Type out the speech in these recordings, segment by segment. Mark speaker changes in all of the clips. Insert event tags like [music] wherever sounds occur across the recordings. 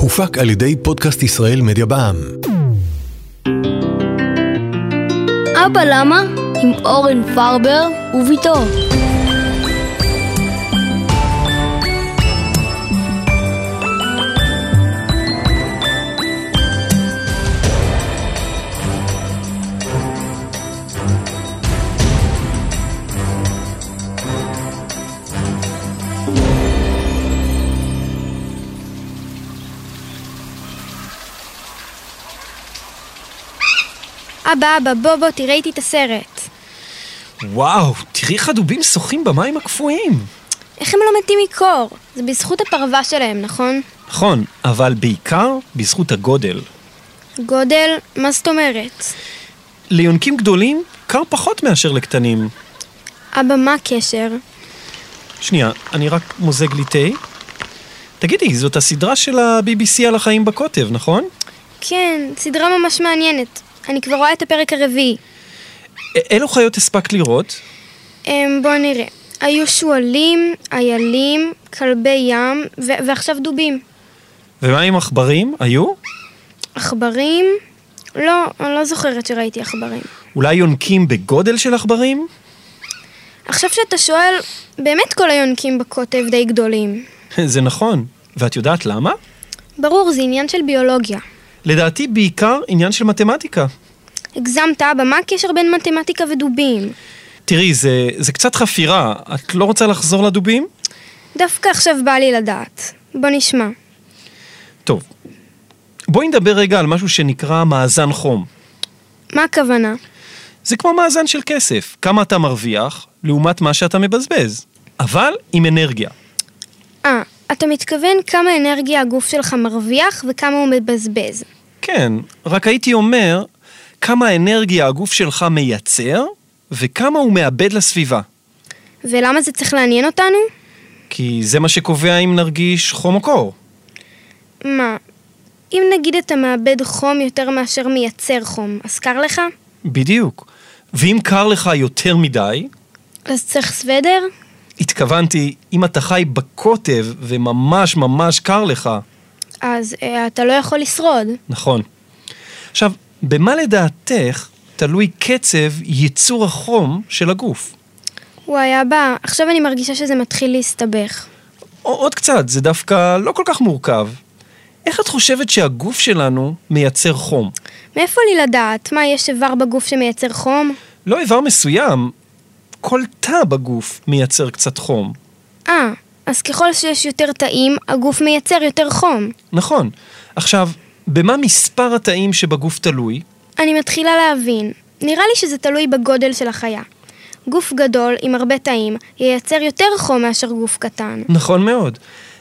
Speaker 1: הופק על ידי פודקאסט ישראל מדיה בע"מ.
Speaker 2: אבא למה? עם אורן פרבר וביתו.
Speaker 3: אבא, אבא, בוא, בוא, תראה איתי את הסרט.
Speaker 4: וואו, תראי איך הדובים שוחים במים הקפואים.
Speaker 3: איך הם לא מתים מקור? זה בזכות הפרווה שלהם, נכון?
Speaker 4: נכון, אבל בעיקר בזכות הגודל.
Speaker 3: גודל, מה זאת אומרת?
Speaker 4: ליונקים גדולים קר פחות מאשר לקטנים.
Speaker 3: אבא, מה הקשר?
Speaker 4: שנייה, אני רק מוזג לי תה. תגידי, זאת הסדרה של ה-BBC על החיים בקוטב, נכון?
Speaker 3: כן, סדרה ממש מעניינת. אני כבר רואה את הפרק הרביעי.
Speaker 4: א- אילו חיות הספקת לראות?
Speaker 3: אמ, בוא נראה. היו שועלים, איילים, כלבי ים, ו- ועכשיו דובים.
Speaker 4: ומה עם עכברים? היו?
Speaker 3: עכברים? לא, אני לא זוכרת שראיתי עכברים.
Speaker 4: אולי יונקים בגודל של עכברים? [laughs]
Speaker 3: עכשיו שאתה שואל, באמת כל היונקים בקוטב די גדולים.
Speaker 4: זה נכון. ואת יודעת למה?
Speaker 3: ברור, זה עניין של ביולוגיה.
Speaker 4: לדעתי בעיקר עניין של מתמטיקה.
Speaker 3: הגזמת, אבא, מה הקשר בין מתמטיקה ודובים?
Speaker 4: תראי, זה, זה קצת חפירה. את לא רוצה לחזור לדובים?
Speaker 3: דווקא עכשיו בא לי לדעת. בוא נשמע.
Speaker 4: טוב, בואי נדבר רגע על משהו שנקרא מאזן חום.
Speaker 3: מה הכוונה?
Speaker 4: זה כמו מאזן של כסף, כמה אתה מרוויח לעומת מה שאתה מבזבז, אבל עם אנרגיה.
Speaker 3: אה, אתה מתכוון כמה אנרגיה הגוף שלך מרוויח וכמה הוא מבזבז.
Speaker 4: כן, רק הייתי אומר כמה אנרגיה הגוף שלך מייצר וכמה הוא מאבד לסביבה.
Speaker 3: ולמה זה צריך לעניין אותנו?
Speaker 4: כי זה מה שקובע אם נרגיש חום או קור.
Speaker 3: מה, אם נגיד אתה מאבד חום יותר מאשר מייצר חום, אז קר לך?
Speaker 4: בדיוק. ואם קר לך יותר מדי,
Speaker 3: אז צריך סוודר?
Speaker 4: התכוונתי, אם אתה חי בקוטב וממש ממש קר לך,
Speaker 3: אז אה, אתה לא יכול לשרוד.
Speaker 4: נכון. עכשיו, במה לדעתך תלוי קצב ייצור החום של הגוף?
Speaker 3: וואי, אבא, עכשיו אני מרגישה שזה מתחיל להסתבך.
Speaker 4: או, עוד קצת, זה דווקא לא כל כך מורכב. איך את חושבת שהגוף שלנו מייצר חום?
Speaker 3: מאיפה לי לדעת? מה, יש איבר בגוף שמייצר חום?
Speaker 4: לא איבר מסוים, כל תא בגוף מייצר קצת חום.
Speaker 3: אה, אז ככל שיש יותר תאים, הגוף מייצר יותר חום.
Speaker 4: נכון. עכשיו, במה מספר התאים שבגוף תלוי?
Speaker 3: אני מתחילה להבין. נראה לי שזה תלוי בגודל של החיה. גוף גדול עם הרבה תאים ייצר יותר חום מאשר גוף קטן.
Speaker 4: נכון מאוד.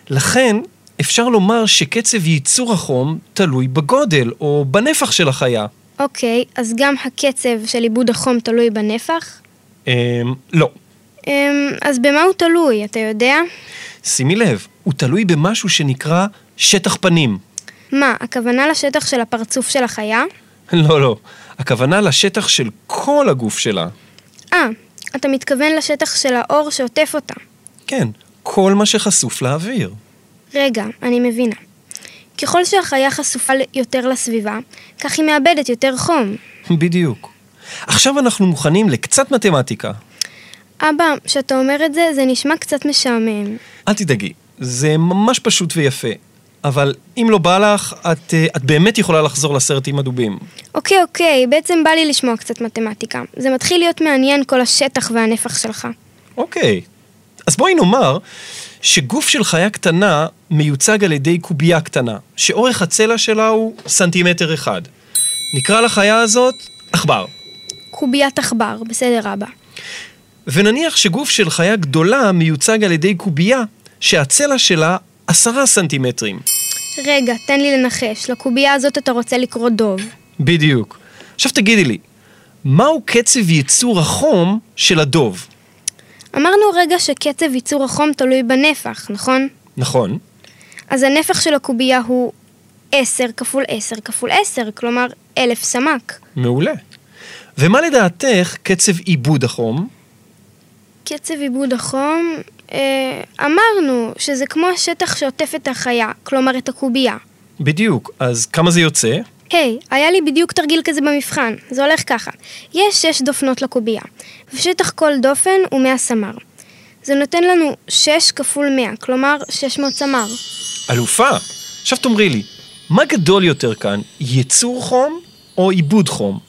Speaker 4: לכן, אפשר לומר שקצב ייצור החום תלוי בגודל או בנפח של החיה.
Speaker 3: אוקיי, אז גם הקצב של עיבוד החום תלוי בנפח?
Speaker 4: אמ... לא.
Speaker 3: אמ, אז במה הוא תלוי, אתה יודע?
Speaker 4: שימי לב, הוא תלוי במשהו שנקרא שטח פנים. [laughs]
Speaker 3: מה, הכוונה לשטח של הפרצוף של החיה?
Speaker 4: לא, לא. הכוונה לשטח של כל הגוף שלה.
Speaker 3: אה, אתה מתכוון לשטח של האור שעוטף אותה.
Speaker 4: כן, כל מה שחשוף לאוויר. [laughs]
Speaker 3: רגע, אני מבינה. ככל שהחיה חשופה ל- יותר לסביבה, כך היא מאבדת יותר חום.
Speaker 4: בדיוק. עכשיו אנחנו מוכנים לקצת מתמטיקה.
Speaker 3: אבא, כשאתה אומר את זה, זה נשמע קצת משעמם.
Speaker 4: אל תדאגי, זה ממש פשוט ויפה. אבל אם לא בא לך, את, אה, את באמת יכולה לחזור לסרט עם הדובים.
Speaker 3: אוקיי, אוקיי, בעצם בא לי לשמוע קצת מתמטיקה. זה מתחיל להיות מעניין כל השטח והנפח שלך.
Speaker 4: אוקיי. אז בואי נאמר שגוף של חיה קטנה מיוצג על ידי קובייה קטנה, שאורך הצלע שלה הוא סנטימטר אחד. נקרא לחיה הזאת עכבר.
Speaker 3: קוביית עכבר, בסדר אבא.
Speaker 4: ונניח שגוף של חיה גדולה מיוצג על ידי קובייה שהצלע שלה עשרה סנטימטרים.
Speaker 3: רגע, תן לי לנחש, לקובייה הזאת אתה רוצה לקרוא דוב.
Speaker 4: בדיוק. עכשיו תגידי לי, מהו קצב ייצור החום של הדוב?
Speaker 3: אמרנו רגע שקצב ייצור החום תלוי בנפח, נכון?
Speaker 4: נכון.
Speaker 3: אז הנפח של הקובייה הוא 10 כפול 10 כפול 10, כלומר 1,000 סמ"ק.
Speaker 4: מעולה. ומה לדעתך קצב עיבוד החום?
Speaker 3: קצב עיבוד החום אה, אמרנו שזה כמו השטח שעוטף את החיה, כלומר את הקובייה.
Speaker 4: בדיוק, אז כמה זה יוצא?
Speaker 3: היי, hey, היה לי בדיוק תרגיל כזה במבחן, זה הולך ככה. יש שש דופנות לקובייה, ושטח כל דופן הוא 100 סמ"ר. זה נותן לנו 6 כפול 100, כלומר 600 סמ"ר.
Speaker 4: אלופה! עכשיו תאמרי לי, מה גדול יותר כאן, ייצור חום או עיבוד חום?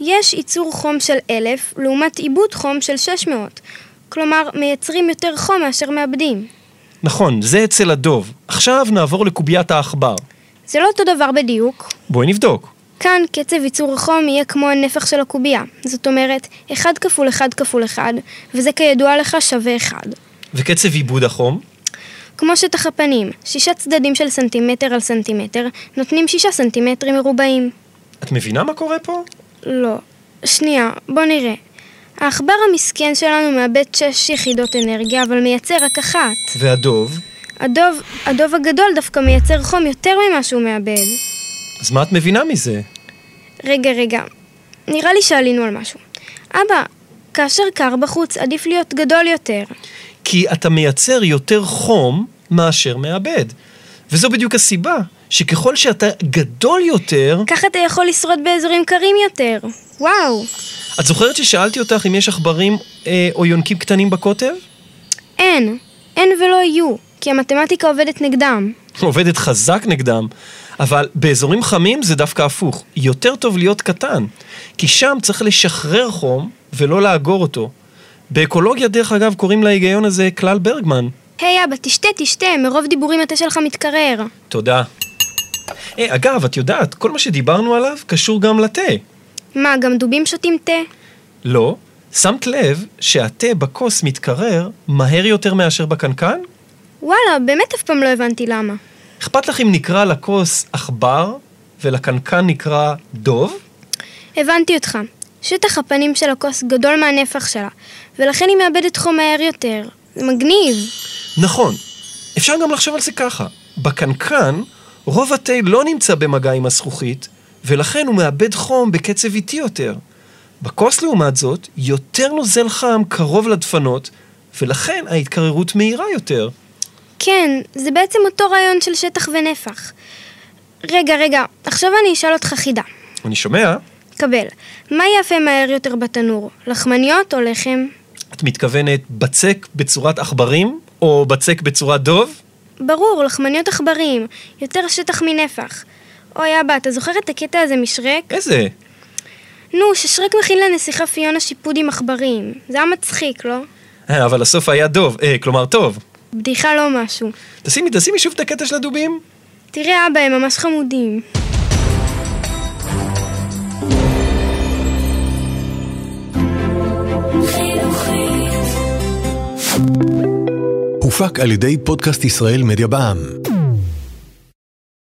Speaker 3: יש ייצור חום של 1,000 לעומת עיבוד חום של 600, כלומר מייצרים יותר חום מאשר מאבדים.
Speaker 4: נכון, זה אצל הדוב. עכשיו נעבור לקוביית העכבר.
Speaker 3: זה לא אותו דבר בדיוק.
Speaker 4: בואי נבדוק.
Speaker 3: כאן קצב ייצור החום יהיה כמו הנפח של הקובייה, זאת אומרת 1 כפול 1 כפול 1, וזה כידוע לך שווה 1.
Speaker 4: וקצב עיבוד החום?
Speaker 3: כמו שטח הפנים, שישה צדדים של סנטימטר על סנטימטר נותנים שישה סנטימטרים מרובעים.
Speaker 4: את מבינה מה קורה פה?
Speaker 3: לא. שנייה, בוא נראה. העכבר המסכן שלנו מאבד שש יחידות אנרגיה, אבל מייצר רק אחת.
Speaker 4: והדוב?
Speaker 3: הדוב, הדוב הגדול דווקא מייצר חום יותר ממה שהוא מאבד.
Speaker 4: אז מה את מבינה מזה?
Speaker 3: רגע, רגע. נראה לי שעלינו על משהו. אבא, כאשר קר בחוץ, עדיף להיות גדול יותר.
Speaker 4: כי אתה מייצר יותר חום מאשר מאבד. וזו בדיוק הסיבה, שככל שאתה גדול יותר...
Speaker 3: ככה אתה יכול לשרוד באזורים קרים יותר. וואו.
Speaker 4: את זוכרת ששאלתי אותך אם יש עכברים אה, או יונקים קטנים בקוטב?
Speaker 3: אין. אין ולא יהיו, כי המתמטיקה עובדת נגדם.
Speaker 4: עובדת חזק נגדם, אבל באזורים חמים זה דווקא הפוך. יותר טוב להיות קטן, כי שם צריך לשחרר חום ולא לאגור אותו. באקולוגיה, דרך אגב, קוראים להיגיון הזה כלל ברגמן.
Speaker 3: היי אבא, תשתה, תשתה, מרוב דיבורים התה שלך מתקרר.
Speaker 4: תודה. אה, אגב, את יודעת, כל מה שדיברנו עליו קשור גם לתה.
Speaker 3: מה, גם דובים שותים תה?
Speaker 4: לא, שמת לב שהתה בכוס מתקרר מהר יותר מאשר בקנקן?
Speaker 3: וואלה, באמת אף פעם לא הבנתי למה.
Speaker 4: אכפת לך אם נקרא לכוס עכבר ולקנקן נקרא דוב?
Speaker 3: הבנתי אותך. שטח הפנים של הכוס גדול מהנפח שלה, ולכן היא מאבדת חום מהר יותר. זה מגניב.
Speaker 4: נכון. אפשר גם לחשוב על זה ככה. בקנקן, רוב התה לא נמצא במגע עם הזכוכית, ולכן הוא מאבד חום בקצב איטי יותר. בכוס, לעומת זאת, יותר נוזל חם קרוב לדפנות, ולכן ההתקררות מהירה יותר.
Speaker 3: כן, זה בעצם אותו רעיון של שטח ונפח. רגע, רגע, עכשיו אני אשאל אותך חידה.
Speaker 4: אני שומע,
Speaker 3: קבל. מה יפה מהר יותר בתנור? לחמניות או לחם?
Speaker 4: את מתכוונת בצק בצורת עכברים, או בצק בצורת דוב?
Speaker 3: ברור, לחמניות עכברים. יותר שטח מנפח. אוי אבא, אתה זוכר את הקטע הזה משרק?
Speaker 4: איזה?
Speaker 3: נו, ששרק מכין לנסיכה פיונה שיפוד עם עכברים. זה היה מצחיק, לא?
Speaker 4: אה, אבל הסוף היה דוב, אה, כלומר טוב.
Speaker 3: בדיחה לא משהו.
Speaker 4: תשימי, תשימי שוב את הקטע של הדובים.
Speaker 3: תראה אבא, הם ממש חמודים.
Speaker 1: הופק על ידי פודקאסט ישראל מדיה בע"מ.